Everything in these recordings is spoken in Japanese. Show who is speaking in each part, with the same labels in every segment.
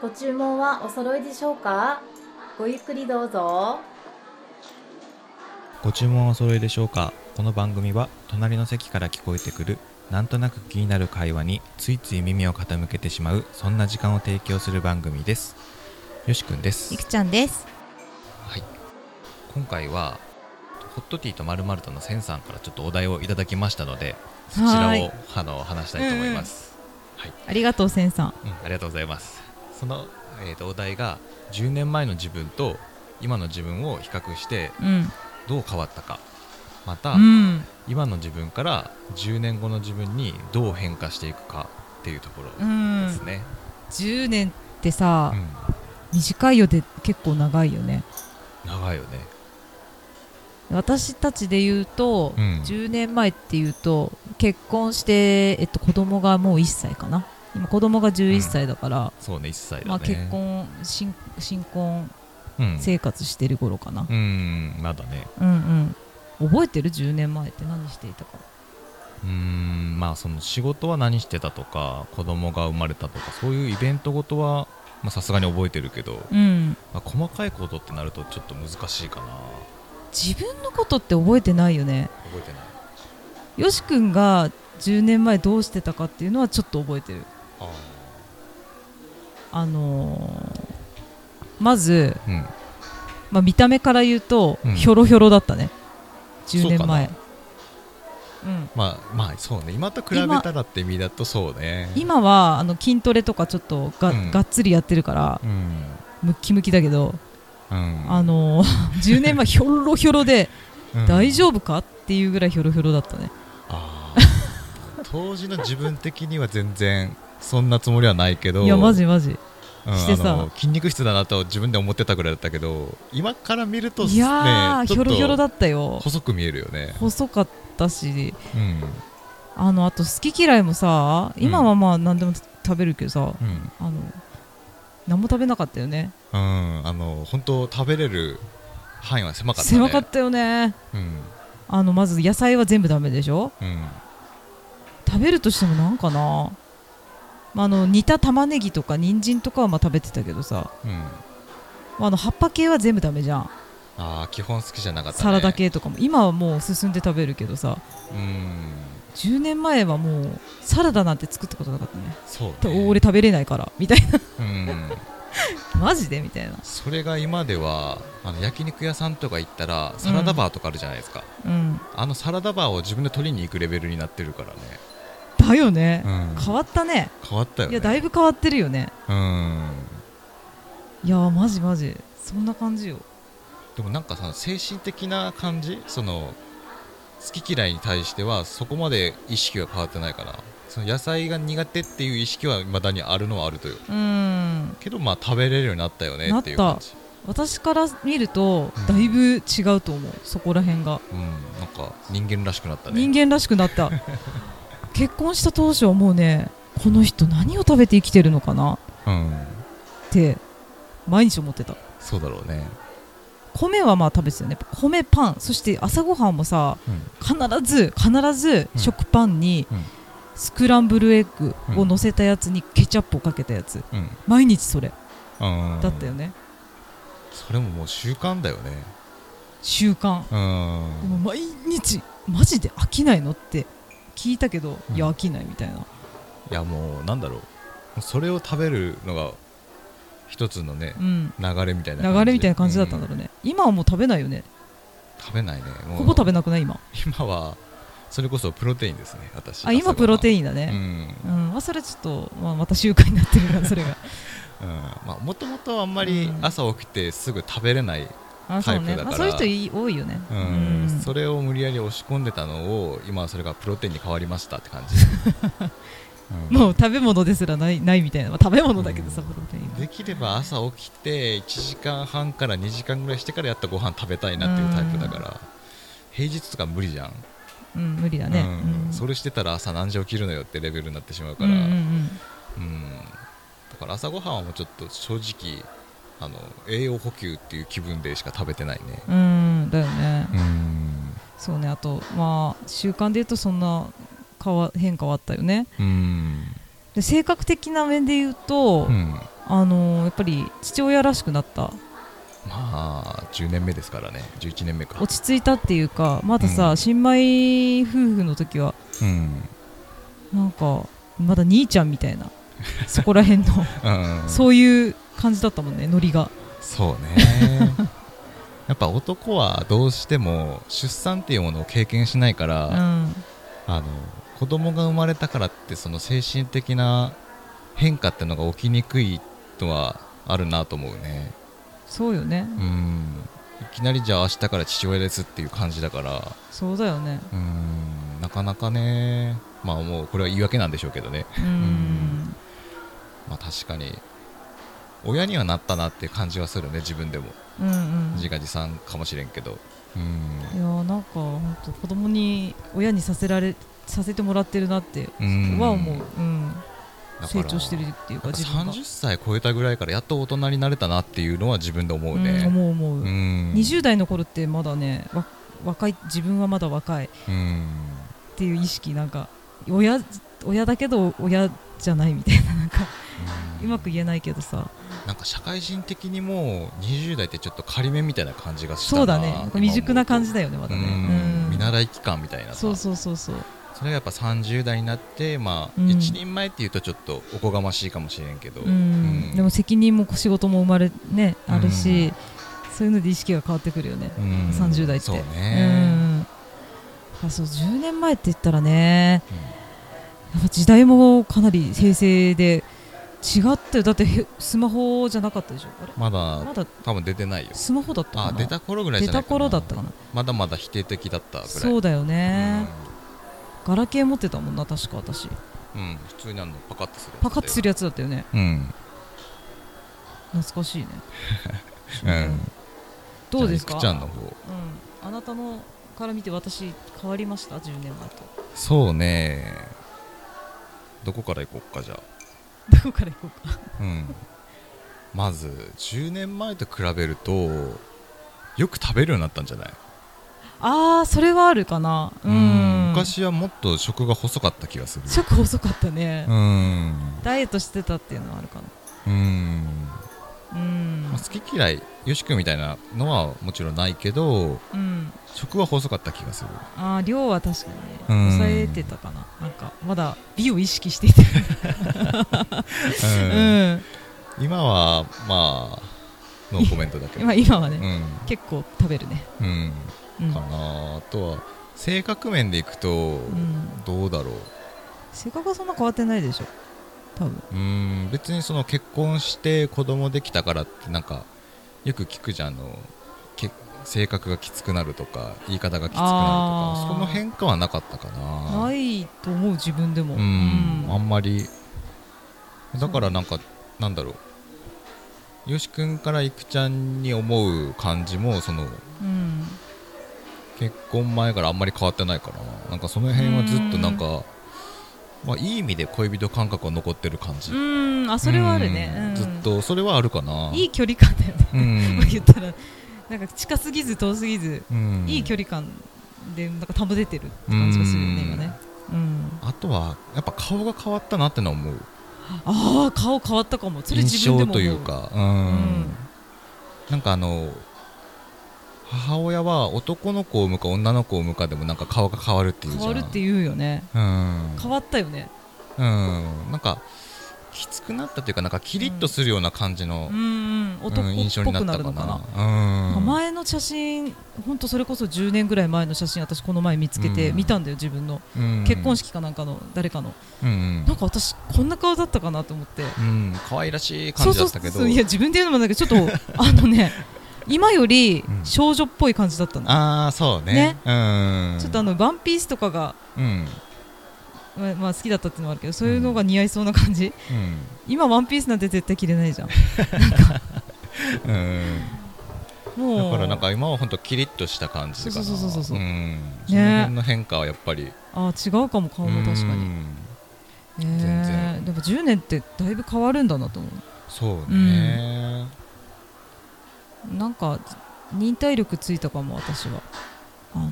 Speaker 1: ご注文はお揃いでしょうかごゆっくりどうぞ
Speaker 2: ご注文はお揃いでしょうかこの番組は隣の席から聞こえてくるなんとなく気になる会話についつい耳を傾けてしまうそんな時間を提供する番組ですよしくんです
Speaker 3: いくちゃんです
Speaker 2: はい今回はホットティーとまるまるとのセンさんからちょっとお題をいただきましたのでそちら
Speaker 3: は
Speaker 2: を
Speaker 3: い
Speaker 2: あの話したいと思います、
Speaker 3: ありがとうせんさん
Speaker 2: うんありがとうございますその、えーとお題が10年前の自分と今の自分を比較して
Speaker 3: うん
Speaker 2: どう変わったかまた、
Speaker 3: うん
Speaker 2: 今の自分から10年後の自分にどう変化していくかっていうとこ
Speaker 3: う
Speaker 2: ろ
Speaker 3: ん
Speaker 2: ですね、
Speaker 3: 10年って
Speaker 2: う
Speaker 3: さ、
Speaker 2: ん
Speaker 3: 短いよで結構長いよね
Speaker 2: 長いよね
Speaker 3: 私たちで言うと、
Speaker 2: うん
Speaker 3: 10年前っていうと結婚して、えっと、子供がもう1歳かな今子供が
Speaker 2: う
Speaker 3: 11
Speaker 2: ん
Speaker 3: 歳だから、
Speaker 2: そうね1歳だね、
Speaker 3: まあ、結婚新新婚
Speaker 2: うん
Speaker 3: 生活してる頃かな、
Speaker 2: うんまだね
Speaker 3: うん、うん覚えてる10年前って何していたか
Speaker 2: うんまあその仕事は何してたとか子供が生まれたとかそういうイベントごとはまあさすがに覚えてるけど、
Speaker 3: うん
Speaker 2: まあ、細かいことってなるとちょっと難しいかな
Speaker 3: 自分のことって覚えてないよね
Speaker 2: 覚えてない
Speaker 3: よし君が10年前どうしてたかっていうのはちょっと覚えてる
Speaker 2: あ
Speaker 3: あのーまず、
Speaker 2: あうん
Speaker 3: まあ、見た目から言うと、
Speaker 2: うん
Speaker 3: ひょろひょろだったね10
Speaker 2: そう
Speaker 3: 年
Speaker 2: かな
Speaker 3: 前うん
Speaker 2: まあまあそうね今と比べたらって意味だとそうね
Speaker 3: 今はあの筋トレとかちょっとが,、
Speaker 2: うん
Speaker 3: がっつりやってるから
Speaker 2: うん
Speaker 3: ムッキムキだけど、
Speaker 2: うん
Speaker 3: あのー 10年前ひょろひょろで
Speaker 2: うん
Speaker 3: 大丈夫かっていうぐらいひょろひょろだったね
Speaker 2: あー当時の自分的には全然そんなつもりはないけど
Speaker 3: いやマジマジ
Speaker 2: うん
Speaker 3: してさ
Speaker 2: あの筋肉質だなと自分で思ってたぐらいだったけど今から見ると
Speaker 3: いやー、
Speaker 2: ね、ち
Speaker 3: ひ
Speaker 2: ょ
Speaker 3: ょ
Speaker 2: っと
Speaker 3: ろひょろだったよ
Speaker 2: 細く見えるよね、
Speaker 3: 細かったし
Speaker 2: うん
Speaker 3: あのあと好き嫌いもさ今はまあ何でも食べるけどさ、
Speaker 2: うん
Speaker 3: あの何も食べなかったよね
Speaker 2: うん、あの本当食べれる範囲は狭かったね
Speaker 3: 狭かったよね
Speaker 2: うん
Speaker 3: あのまず野菜は全部ダメでしょ
Speaker 2: うん
Speaker 3: 食べるとしてもなんかな、まあ、あの煮た玉ねぎとか人参とかはまあ食べてたけどさ、
Speaker 2: うん
Speaker 3: まあ、あの葉っぱ系は全部ダメじゃん、
Speaker 2: あー基本好きじゃなかった、ね、
Speaker 3: サラダ系とかも今はもう進んで食べるけどさ
Speaker 2: うん
Speaker 3: 10年前はもうサラダなんて作ったことなかったね
Speaker 2: そうね
Speaker 3: と俺食べれないからみたい
Speaker 2: うん
Speaker 3: な マジでみたいな
Speaker 2: それが今ではあの焼肉屋さんとか行ったらサラダバーとかあるじゃないですか、
Speaker 3: うん
Speaker 2: あのサラダバーを自分で取りに行くレベルになってるからね、
Speaker 3: だよね、
Speaker 2: うん、
Speaker 3: 変わったね
Speaker 2: 変わったよね
Speaker 3: いやだいぶ変わってるよね
Speaker 2: うん
Speaker 3: いやーマジマジそんな感じよ
Speaker 2: でもなんかさ精神的な感じその好き嫌いに対してはそこまで意識は変わってないからその野菜が苦手っていう意識は未だにあるのはあるという
Speaker 3: うーん
Speaker 2: けどまあ食べれるようになったよねっていう感じ
Speaker 3: 私から見ると
Speaker 2: うん
Speaker 3: だいぶ違うと思う、そこら辺が、
Speaker 2: うんなんか人間らしくなったね
Speaker 3: 人間らしくなった 結婚した当初はもうねこの人何を食べて生きてるのかな
Speaker 2: うん
Speaker 3: って毎日思ってた
Speaker 2: そうだろうね
Speaker 3: 米はまあ食べてたよね米パンそして朝ごはんもさ
Speaker 2: うん
Speaker 3: 必ず必ず
Speaker 2: うん
Speaker 3: 食パンに
Speaker 2: うん
Speaker 3: スクランブルエッグを乗せたやつにケチャップをかけたやつ
Speaker 2: うん
Speaker 3: 毎日それ
Speaker 2: うん
Speaker 3: だったよね
Speaker 2: それももう習慣だよね
Speaker 3: 習慣
Speaker 2: う
Speaker 3: で
Speaker 2: ん
Speaker 3: も毎日マジで飽きないのって聞いたけど、
Speaker 2: うん
Speaker 3: いや飽きないみたいない
Speaker 2: やもうなんだろうそれを食べるのが一つのね
Speaker 3: うん
Speaker 2: 流れみたいな感じ
Speaker 3: 流れみたいな感じだったんだろうね、今はもう食べないよね
Speaker 2: 食べないねもう
Speaker 3: ほぼ食べなくない今
Speaker 2: 今はそれこそプロテインですね私
Speaker 3: あ今プロテ
Speaker 2: イ
Speaker 3: インだ
Speaker 2: ンう
Speaker 3: ね
Speaker 2: ん、
Speaker 3: うん、まあ、それちょっと、まあ、また習慣になってるからそ れが
Speaker 2: うんまあもともとあんまり
Speaker 3: うん
Speaker 2: 朝起きてすぐ食べれない、
Speaker 3: あそ
Speaker 2: タ
Speaker 3: う
Speaker 2: イ
Speaker 3: ね、
Speaker 2: プだから
Speaker 3: まあ、そういう人い多いよね
Speaker 2: うん
Speaker 3: うん
Speaker 2: それを無理やり押し込んでたのを今はそれがプロテインに変わりましたって感 じ、うん
Speaker 3: もう食べ物ですらないないみたいな、まあ、食べ物だけどさ、
Speaker 2: うん
Speaker 3: プロテインは
Speaker 2: できれば朝起きて1時間半から2時間ぐらいしてからやったご飯食べたいなっていうタイプだから、平日とか無理じゃん、
Speaker 3: うん無理だね、
Speaker 2: うん
Speaker 3: うん
Speaker 2: それしてたら朝何時起きるのよってレベルになってしまうから、
Speaker 3: うんうんうん
Speaker 2: うんだから朝ごはんはもうちょっと正直あの栄養補給っていう気分でしか食べてないね
Speaker 3: うんだよね、
Speaker 2: うん
Speaker 3: そうねあとまあ習慣で言うとそんな変わ変化はあったよね
Speaker 2: うん
Speaker 3: で性格的な面で言うと、
Speaker 2: うん
Speaker 3: あのーやっぱり父親らしくなった
Speaker 2: まあ10年目ですからね11年目か
Speaker 3: 落ち着いたっていうかまださ、
Speaker 2: うん
Speaker 3: 新米夫婦の時は
Speaker 2: うん、
Speaker 3: なんかまだ兄ちゃんみ たいなそこら辺の
Speaker 2: うん、そう
Speaker 3: そういう感じだったもんねノリが
Speaker 2: ねやっぱ男はどうしても出産っていうものを経験しないか
Speaker 3: う
Speaker 2: ら、
Speaker 3: ん
Speaker 2: あの子供が生まれたからってその精神的な変化ってのが起きにくいとはあるなと思うね
Speaker 3: そうよね
Speaker 2: うんいきなりじゃあ明日から父親ですっていう感じだから
Speaker 3: そうだよね
Speaker 2: うんなかなかねまあもうこれは言い訳なんでしょうけどね
Speaker 3: うん
Speaker 2: んまあ確かに親にはなったなって感じはするね自分でも
Speaker 3: うんうん
Speaker 2: 自画自賛かもしれんけどうん
Speaker 3: いやーなんか本当子供に親にさせられさせてもらってるなって
Speaker 2: うん
Speaker 3: は思う、うん、
Speaker 2: だか
Speaker 3: 成
Speaker 2: ら
Speaker 3: 長してるっていうか
Speaker 2: なんか
Speaker 3: 自分が
Speaker 2: 30歳超えたぐらいからやっと大人になれたなっていうのは自分で思う
Speaker 3: うん
Speaker 2: ね
Speaker 3: 思う思う、
Speaker 2: うん
Speaker 3: 20代の頃ってまだねわ若い自分はまだ若いっ
Speaker 2: うん
Speaker 3: ていう意識なんか親親だけど親じゃないみたいななんかうまく言えないけどさ
Speaker 2: なんか社会人的にもう20代ってちょっと仮面みたいな感じがしたな
Speaker 3: そうだねなんか未熟な感じだよねまだ
Speaker 2: 今
Speaker 3: ね
Speaker 2: 思うとうん見習い期間みたいなさ
Speaker 3: そうそうそうそう
Speaker 2: それがやっぱ30代になって、まあ
Speaker 3: うん
Speaker 2: 一人前っていうとちょっとおこがましいかもしれんけど、
Speaker 3: うん、
Speaker 2: うん
Speaker 3: でも責任も仕事も生まれねあるし、
Speaker 2: う
Speaker 3: そういうので意識が変わってくるよね、
Speaker 2: うん
Speaker 3: 30代って
Speaker 2: そう
Speaker 3: う
Speaker 2: ね、
Speaker 3: んあそう10年前って言ったらね
Speaker 2: うん
Speaker 3: やっぱ時代もかなり平成で違ったよだってへスマホじゃなかったでしょあれ
Speaker 2: ま
Speaker 3: ま
Speaker 2: だ
Speaker 3: だ
Speaker 2: 多分出てないよ
Speaker 3: スマホだったかな
Speaker 2: あ出た頃ぐらいじ
Speaker 3: 出
Speaker 2: ゃない
Speaker 3: た
Speaker 2: かな
Speaker 3: 頃だったかな
Speaker 2: まだまだ否定的だったぐらい
Speaker 3: そううだよね
Speaker 2: ね、
Speaker 3: ガラケー持ってたもんな確か私
Speaker 2: うん、うん普通にあのパカッとする
Speaker 3: パカッてす
Speaker 2: る
Speaker 3: るやつだったよね
Speaker 2: うん、
Speaker 3: 懐かしいね
Speaker 2: うん、
Speaker 3: どうですか
Speaker 2: じゃあいくちゃんの方
Speaker 3: うん、あなたのから見て私変わりました10年前と
Speaker 2: そうねどこから行こうかじゃ
Speaker 3: どこから行こうか
Speaker 2: あうんまず10年前と比べるとよく食べるようになったんじゃない
Speaker 3: ああそれはあるかなう
Speaker 2: うん
Speaker 3: ん
Speaker 2: 昔はもっと食が細かった気がする
Speaker 3: 食遅かったね、
Speaker 2: うん
Speaker 3: ダイエットしてたっていうのはあるか
Speaker 2: うん、
Speaker 3: なうん
Speaker 2: まあ、好き嫌いよし君みたいなのはもちろんないけど
Speaker 3: うん
Speaker 2: 食は細かった気がする
Speaker 3: あー量は確かにね
Speaker 2: うん
Speaker 3: 抑えてたかななんかまだ美を意識していたうん、
Speaker 2: 今はまあノーコメントだけど
Speaker 3: 今今はね、
Speaker 2: う
Speaker 3: 結構食べるね
Speaker 2: ん、うん、
Speaker 3: うん、
Speaker 2: かなあとは性格面でいくと
Speaker 3: うん、
Speaker 2: どうだろう
Speaker 3: 性格はそんな変わってないでしょ多分
Speaker 2: うん別にその結婚して子供できたからってなんかよく聞くじゃんあのけ性格がきつくなるとか言い方がきつくなると
Speaker 3: あ
Speaker 2: か
Speaker 3: ー
Speaker 2: その変化はなかったかな
Speaker 3: ないと思う自分でも
Speaker 2: うん、あんまりだからなんかなんだろうよし君からいくちゃんに思う感じもその
Speaker 3: うん
Speaker 2: 結婚前からあんまり変わってないかななんかその辺はずっとなんかまあ、いい意味で恋人感覚は残ってる感じ、
Speaker 3: うんあそれはあるね、
Speaker 2: う
Speaker 3: うんん、
Speaker 2: ずっとそれはあるかない
Speaker 3: い距離感だよね、
Speaker 2: うん
Speaker 3: 言ったらなんか近すぎず遠すぎず、
Speaker 2: うん
Speaker 3: いい距離感でなんか保ててるって感じがするよね、
Speaker 2: うん
Speaker 3: 今ね、うん、
Speaker 2: あとはやっぱ顔が変わったなってのは思う
Speaker 3: ああ顔変わったかもそれ
Speaker 2: 印
Speaker 3: 自分
Speaker 2: 象
Speaker 3: でも思
Speaker 2: というかうん、
Speaker 3: うん
Speaker 2: なんかあの母親は男の子を産むか女の子を産むかでもなんか顔が変わるっていうじゃ
Speaker 3: 変
Speaker 2: ん
Speaker 3: わるって言うよね
Speaker 2: うん
Speaker 3: 変わったよね
Speaker 2: うんなんかきつくなったというかなんかキリッとするような感じの
Speaker 3: う、んうん
Speaker 2: うん
Speaker 3: 男
Speaker 2: 印象
Speaker 3: っぽ
Speaker 2: にな
Speaker 3: く
Speaker 2: っ
Speaker 3: な
Speaker 2: た
Speaker 3: る
Speaker 2: か
Speaker 3: のか
Speaker 2: な
Speaker 3: な
Speaker 2: うん
Speaker 3: 前の写真本当それこそ10年ぐらい前の写真私この前見つけて
Speaker 2: うん
Speaker 3: 見たんだよ自分の
Speaker 2: うん
Speaker 3: 結婚式かなんかの誰かの
Speaker 2: うんうん
Speaker 3: なんか私こんな顔だったかなと思って
Speaker 2: うん可愛らしい感じだったけど
Speaker 3: そうそうそういや自分で言うのもなんだけどちょっとあ のね今より
Speaker 2: うん
Speaker 3: 少女っぽい感じだったの
Speaker 2: ああそうね
Speaker 3: ね
Speaker 2: うん
Speaker 3: ちょっとあのワンピースとかが
Speaker 2: うん
Speaker 3: まあまあ好きだったっていうのもあるけどそういうのが似合いそうな感じ
Speaker 2: うん
Speaker 3: 今ワンピースなんて絶対着れないじゃん
Speaker 2: うん
Speaker 3: も
Speaker 2: だ
Speaker 3: う
Speaker 2: からなんか今は本当キリッとした感じかな
Speaker 3: そうそうそうそう
Speaker 2: う
Speaker 3: そうん
Speaker 2: その辺の変化はやっぱり
Speaker 3: あー違うかも顔も確か
Speaker 2: う
Speaker 3: に
Speaker 2: ん
Speaker 3: ねえ
Speaker 2: 全
Speaker 3: でも10年ってだいぶ変わるんだなと思
Speaker 2: そうね
Speaker 3: うなんか忍耐力ついたかも私はあの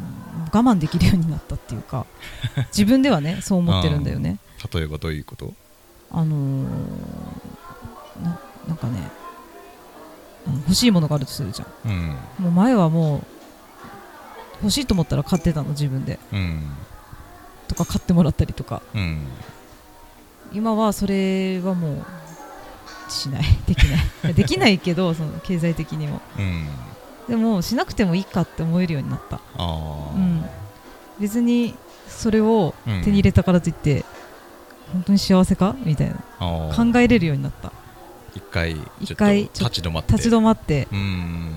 Speaker 3: 我慢できるようになったっていうか自分ではねそう思ってるんだよね
Speaker 2: 例えばどういうこと
Speaker 3: あのーななんかねあの欲しいものがあるとするじゃ
Speaker 2: うん
Speaker 3: んもう前はもう欲しいと思ったら買ってたの自分で
Speaker 2: うん
Speaker 3: とか買ってもらったりとか
Speaker 2: うん
Speaker 3: 今はそれはもうしないできないできないけどその経済的にも
Speaker 2: うん
Speaker 3: でもしなくてもいいかって思えるようになった
Speaker 2: ああ
Speaker 3: うん別にそれを
Speaker 2: うん
Speaker 3: 手に入れたからといって、本当に幸せかみたいな
Speaker 2: あー
Speaker 3: 考えれるようになった
Speaker 2: 一回ちょ
Speaker 3: 一
Speaker 2: っと
Speaker 3: 回
Speaker 2: 立
Speaker 3: ちょっと
Speaker 2: ち止まって
Speaker 3: 立ち止まって
Speaker 2: うん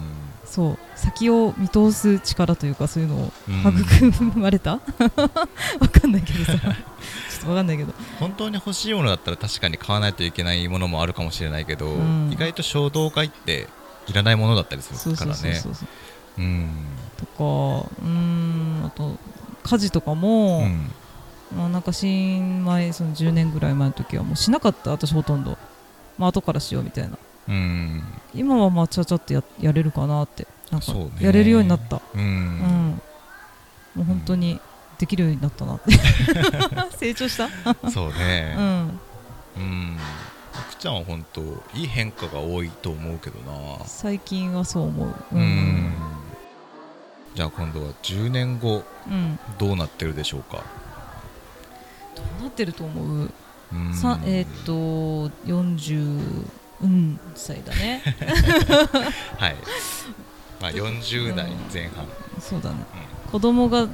Speaker 3: そう先を見通す力というかそういうのを
Speaker 2: うん
Speaker 3: 育まれた、 わかんない けどさちょっとわかんないけど
Speaker 2: 本当に欲しいものだったら確かに買わないといけないものもあるかもしれないけど、
Speaker 3: うん
Speaker 2: 意外と衝動買いっていらないものだったりす
Speaker 3: そ
Speaker 2: る
Speaker 3: う
Speaker 2: か
Speaker 3: そう
Speaker 2: ら
Speaker 3: そう
Speaker 2: ね
Speaker 3: そうそ
Speaker 2: う
Speaker 3: う
Speaker 2: ん
Speaker 3: とかうーんあと家事とか
Speaker 2: う
Speaker 3: も、
Speaker 2: ん
Speaker 3: まあ、なんか新米その10年ぐらい前の時はもうしなかった私ほとんど、まあ後からしようみたいな
Speaker 2: うん
Speaker 3: 今はまあちゃちゃっとややれるかなってなんか
Speaker 2: そうね
Speaker 3: やれるようになった
Speaker 2: うん、
Speaker 3: う,、んもう本当にできるようになっ たなって成長した
Speaker 2: そう
Speaker 3: う
Speaker 2: ね
Speaker 3: ん
Speaker 2: うん、福ちゃんは本当いい変化が多いと思うけどな
Speaker 3: 最近はそう思う
Speaker 2: うん、じゃあ今度は10年後
Speaker 3: うん
Speaker 2: どうなってるでしょうか
Speaker 3: どうなってると思う、
Speaker 2: うん
Speaker 3: さえーっと40うん歳 だね
Speaker 2: はい、まあ、40代前半
Speaker 3: そうだね子供が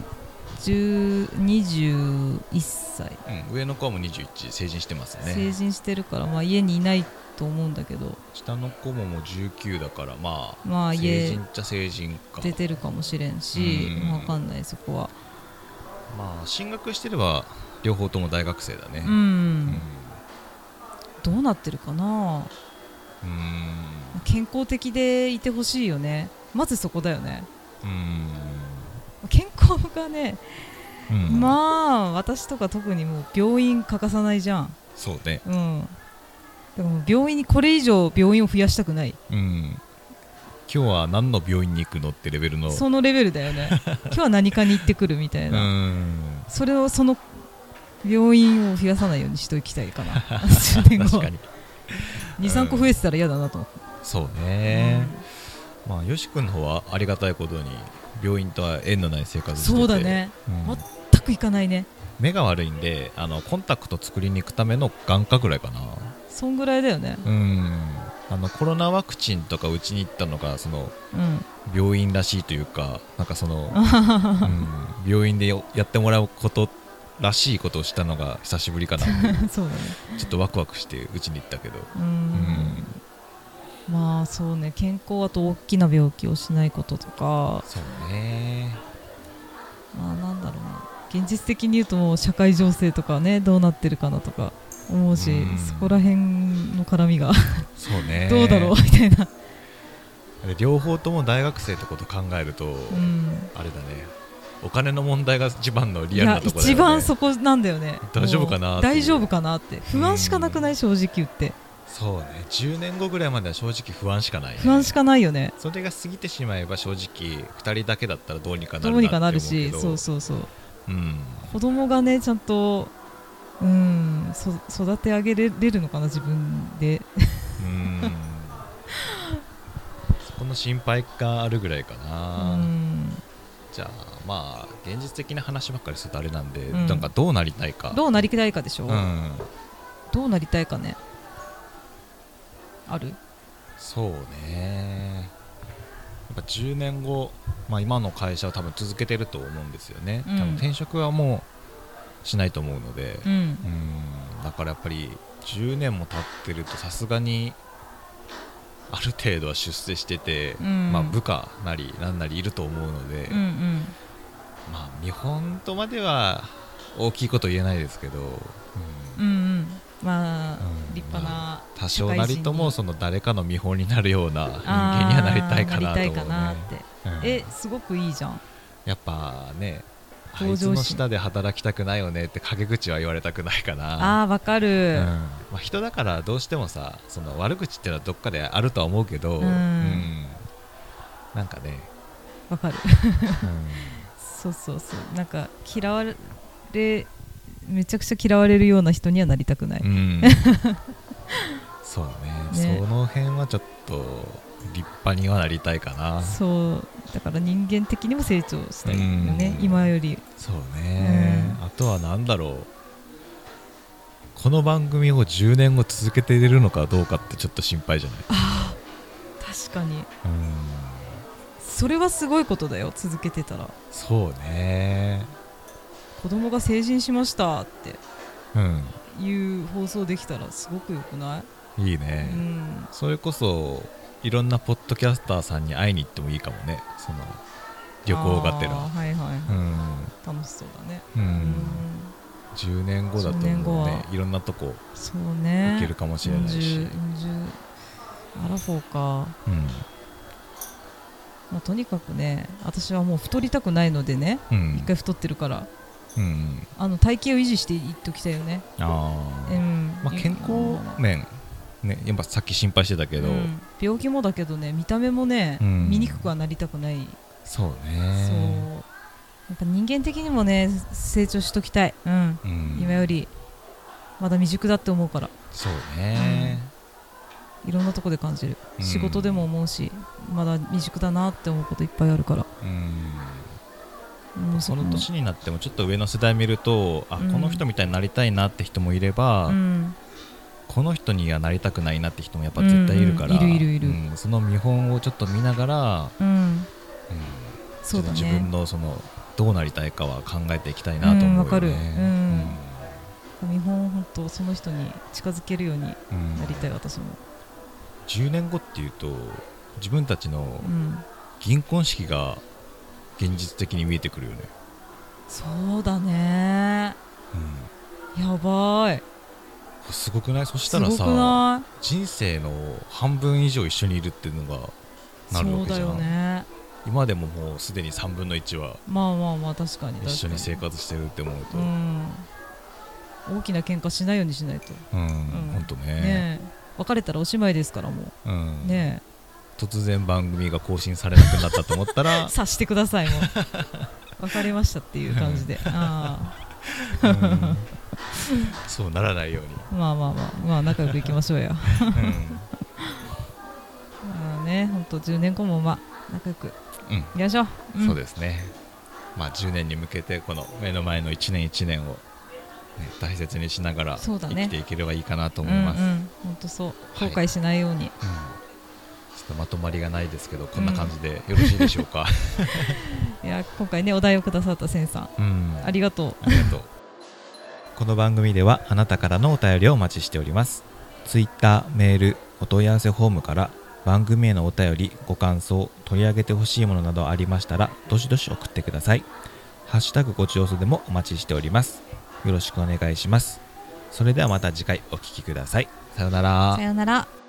Speaker 3: 10 21歳
Speaker 2: うん、上の子はもう21成人してます
Speaker 3: 成
Speaker 2: ね
Speaker 3: 人してるから、まあ、家にいないと思うんだけど、
Speaker 2: 下の子ももう19だからまあ、
Speaker 3: まあ、
Speaker 2: 成
Speaker 3: 家
Speaker 2: 人っちゃ成人か
Speaker 3: 出てるかもしれんし
Speaker 2: うん
Speaker 3: わかんないそこは
Speaker 2: まあ進学してれば両方とも大学生だね
Speaker 3: うん、どうなってるかな
Speaker 2: うん
Speaker 3: 健康的でいてほしいよねまずそこだよね
Speaker 2: うん
Speaker 3: 健康がね、
Speaker 2: うん
Speaker 3: まあ私とか特にもう病院欠かさないじゃん
Speaker 2: そうね
Speaker 3: うんでもう病院にこれ以上病院を増やしたくない
Speaker 2: うん今日は何の病院に行くのってレベルの
Speaker 3: そのレベルだ よね今日は何かに行ってくるみたいな、
Speaker 2: ん
Speaker 3: それをその病院を増やさないようにしておきたいかな10年 後
Speaker 2: 確
Speaker 3: は
Speaker 2: かに
Speaker 3: 23個増えてたら嫌だなと思って、
Speaker 2: そうね、まあよし君の方はありがたいことに病院とは縁のない生活をしてて
Speaker 3: そうだ、ね
Speaker 2: うん
Speaker 3: ま全く行かないね
Speaker 2: 目が悪いんであのコンタクト作りに行くための眼科ぐらいかな
Speaker 3: そんぐらいだよね
Speaker 2: うんあのコロナワクチンとか打ちに行ったのがその
Speaker 3: うん
Speaker 2: 病院らしいというかなんかその、うん病院でよやってもらうことらしいことをしたのが 久しぶりかな
Speaker 3: そうだね
Speaker 2: ちょっとワクワクして打ちに行ったけど
Speaker 3: うん
Speaker 2: うん
Speaker 3: まあそうね健康あと大きな病気をしないこととか
Speaker 2: そうね
Speaker 3: まあなんだろうな現実的に言うともう社会情勢とかねどうなってるかなとか思うし
Speaker 2: うん
Speaker 3: そこら辺の絡みが
Speaker 2: そうね
Speaker 3: どうだろうみたいな、
Speaker 2: う両方とも大学生ってこと考えると、
Speaker 3: うん
Speaker 2: あれだねお金の問題が一番の
Speaker 3: い
Speaker 2: リアルな
Speaker 3: や
Speaker 2: ところだよね
Speaker 3: 一番そこなんだよね
Speaker 2: 大丈夫かな
Speaker 3: もう
Speaker 2: っていう
Speaker 3: 大丈夫かなって不安しかなくない正直言って
Speaker 2: そうね10年後ぐらいまでは正直不安しかない、ね、
Speaker 3: 不安しかないよね
Speaker 2: それが過ぎてしまえば正直2人だけだったらどうにかな
Speaker 3: ど
Speaker 2: る
Speaker 3: うに
Speaker 2: な
Speaker 3: かな
Speaker 2: って
Speaker 3: る
Speaker 2: 思うけ
Speaker 3: し
Speaker 2: ど
Speaker 3: そうそうそう
Speaker 2: うん
Speaker 3: 子供がねちゃんとうんそ育て上げれれるのかな自分で
Speaker 2: うんそこの心配があるぐらいか
Speaker 3: う
Speaker 2: な、
Speaker 3: ん
Speaker 2: じゃあまあ現実的な話ばっかりするとあれなんで、
Speaker 3: うん
Speaker 2: なんかどうなりたいか
Speaker 3: どうなりたいかでしょ、
Speaker 2: うん
Speaker 3: どうなりたいかねある
Speaker 2: そうねやっぱ10年後、まあ、今の会社は多分続けてると思うんですよね、
Speaker 3: うん
Speaker 2: 多分転職はもうしないと思うので、
Speaker 3: うん
Speaker 2: うんだからやっぱり10年も経ってるとさすがにある程度は出世してて、
Speaker 3: うん
Speaker 2: まあ、部下なりなんなりいると思うので、
Speaker 3: うんうん
Speaker 2: まあ、見本とまでは大きいこと言えないですけど、うん
Speaker 3: うんうんまあ、
Speaker 2: うん
Speaker 3: 立派な
Speaker 2: 多少なりともその誰かの見本になるような人
Speaker 3: 人
Speaker 2: 間にはなりたいかなと思う
Speaker 3: な
Speaker 2: ね
Speaker 3: っ。て
Speaker 2: うん
Speaker 3: えすごくいいじゃん
Speaker 2: やっぱねあい
Speaker 3: 向上
Speaker 2: つ
Speaker 3: 心
Speaker 2: の下で働きたくないよねって陰口は言われたくないかな。
Speaker 3: あーわかる、
Speaker 2: うんまあ、人だからどうしてもさその悪口っていうのはどっかであるとは思うけど、
Speaker 3: うん
Speaker 2: うんなんかね、
Speaker 3: わかる そうそうそうなんか嫌わ れめちゃくちゃ嫌われるような人にはなりたくない、
Speaker 2: うんそうね
Speaker 3: ね
Speaker 2: その辺はちょっと立派にはなりたいかな
Speaker 3: そうだから人間的にも成長したいよね
Speaker 2: うん
Speaker 3: 今より
Speaker 2: そうね、
Speaker 3: う
Speaker 2: あとは何だろうこの番組を10年後続けていれるのかどうかってちょっと心配じゃない
Speaker 3: あー確かに
Speaker 2: うん
Speaker 3: それはすごいことだよ続けてたら
Speaker 2: そうね
Speaker 3: 子供が成人しましたって
Speaker 2: うん
Speaker 3: いう放送できたらすごくよくない、
Speaker 2: いいうね、
Speaker 3: ん、
Speaker 2: それこそいろんなポッドキャスターさんに会いに行ってもいいかもねその旅行がて
Speaker 3: あ
Speaker 2: ら
Speaker 3: ーはいはい、
Speaker 2: うん、
Speaker 3: 楽しそうだね
Speaker 2: う
Speaker 3: うん
Speaker 2: ん、10年後だと
Speaker 3: 10年後
Speaker 2: もう
Speaker 3: は
Speaker 2: ねいろんなとこ
Speaker 3: そう
Speaker 2: 行
Speaker 3: ね
Speaker 2: けるかもしれないし、
Speaker 3: 40 40アラフォーか、
Speaker 2: うん
Speaker 3: まあ、とにかくね私はもう太りたくないのでね
Speaker 2: うん
Speaker 3: 一回太ってるから
Speaker 2: うんうん
Speaker 3: あの体型を維持していっときたいよね、
Speaker 2: あ
Speaker 3: う
Speaker 2: ー、
Speaker 3: ん
Speaker 2: まあ、健康面ねやっぱさっき心配してたけど、
Speaker 3: うん病気もだけどね見た目もね、
Speaker 2: うん
Speaker 3: 見にくくはなりたくない、
Speaker 2: そう
Speaker 3: そう
Speaker 2: ね
Speaker 3: やっぱ人間的にもね成長しときたい、うん、
Speaker 2: うん
Speaker 3: 今よりまだ未熟だって思うから
Speaker 2: そうね、
Speaker 3: いろんなとこで感じる、
Speaker 2: うん
Speaker 3: 仕事でも思うしまだ未熟だなって思うこといっぱいあるから
Speaker 2: うん
Speaker 3: もう
Speaker 2: そ
Speaker 3: こ
Speaker 2: の年になってもちょっと上の世代見るとあ、
Speaker 3: うん
Speaker 2: この人みたいになりたいなって人もいれば、
Speaker 3: うん
Speaker 2: この人にはなりたくないなって人もやっぱ絶対いるから、
Speaker 3: うんうんいるいるいる
Speaker 2: うんその見本をちょっと見ながら、
Speaker 3: うん
Speaker 2: うん
Speaker 3: そう
Speaker 2: ちょ
Speaker 3: だ
Speaker 2: っと自
Speaker 3: ね
Speaker 2: 分のそのどうなりたいかは考えていきたいなと思うよね。
Speaker 3: うんわかるうん
Speaker 2: うん
Speaker 3: 見本を本当その人に近づけるようにな
Speaker 2: うん
Speaker 3: りたい私も、
Speaker 2: 10年後っていうと自分たちの
Speaker 3: うん、
Speaker 2: 銀婚式が現実的に見えてくるよね。
Speaker 3: そうだね
Speaker 2: うん
Speaker 3: やばい
Speaker 2: すごくないそし
Speaker 3: す
Speaker 2: たら
Speaker 3: ごく
Speaker 2: さ
Speaker 3: な
Speaker 2: 人生の半分以上一緒にいるっていうのが
Speaker 3: い
Speaker 2: なる
Speaker 3: そ
Speaker 2: わ
Speaker 3: う
Speaker 2: け
Speaker 3: だ
Speaker 2: じゃん
Speaker 3: よね
Speaker 2: 今でももうすでに3分の1は
Speaker 3: まあまあまあ確かに確か
Speaker 2: 一緒に生活してるって思うと。
Speaker 3: うん大きな喧嘩しないようにしないと、
Speaker 2: うん、
Speaker 3: ん
Speaker 2: ほんとね
Speaker 3: ねえ別れたらおしまいですからも
Speaker 2: うん
Speaker 3: うね
Speaker 2: 突然番組が更新されなくなったと思った
Speaker 3: え
Speaker 2: ら、
Speaker 3: 察してくださいも う別れましたっていう感じであ
Speaker 2: うんそうならないように、
Speaker 3: あまあまあまあまあ仲良くいきましょうやああね本当10年後もまあ仲良く
Speaker 2: うんうん
Speaker 3: いきましょう、ん
Speaker 2: そうですねまあ10年に向けてこの目の前の1年1年を、ね、大切にしながら
Speaker 3: そ
Speaker 2: 生
Speaker 3: うだね
Speaker 2: きていければいいかなと思います、
Speaker 3: うん
Speaker 2: うん
Speaker 3: うん、本当そう後
Speaker 2: はい
Speaker 3: 悔しないように、
Speaker 2: ちょっとまとまりがないですけどこんな感じでよろしいでしょう か、
Speaker 3: いや今回ねお題をくださったせんさん
Speaker 2: うん
Speaker 3: ありがとう
Speaker 2: ありがとう。この番組ではあなたからのお便りをお待ちしております。ツイッター、メール、お問い合わせフォームから番組へのお便り、ご感想、取り上げてほしいものなどありましたら、どしどし送ってください。ハッシュタグごちよそでもお待ちしております。よろしくお願いします。それではまた次回お聴きください。さようなら
Speaker 3: さようなら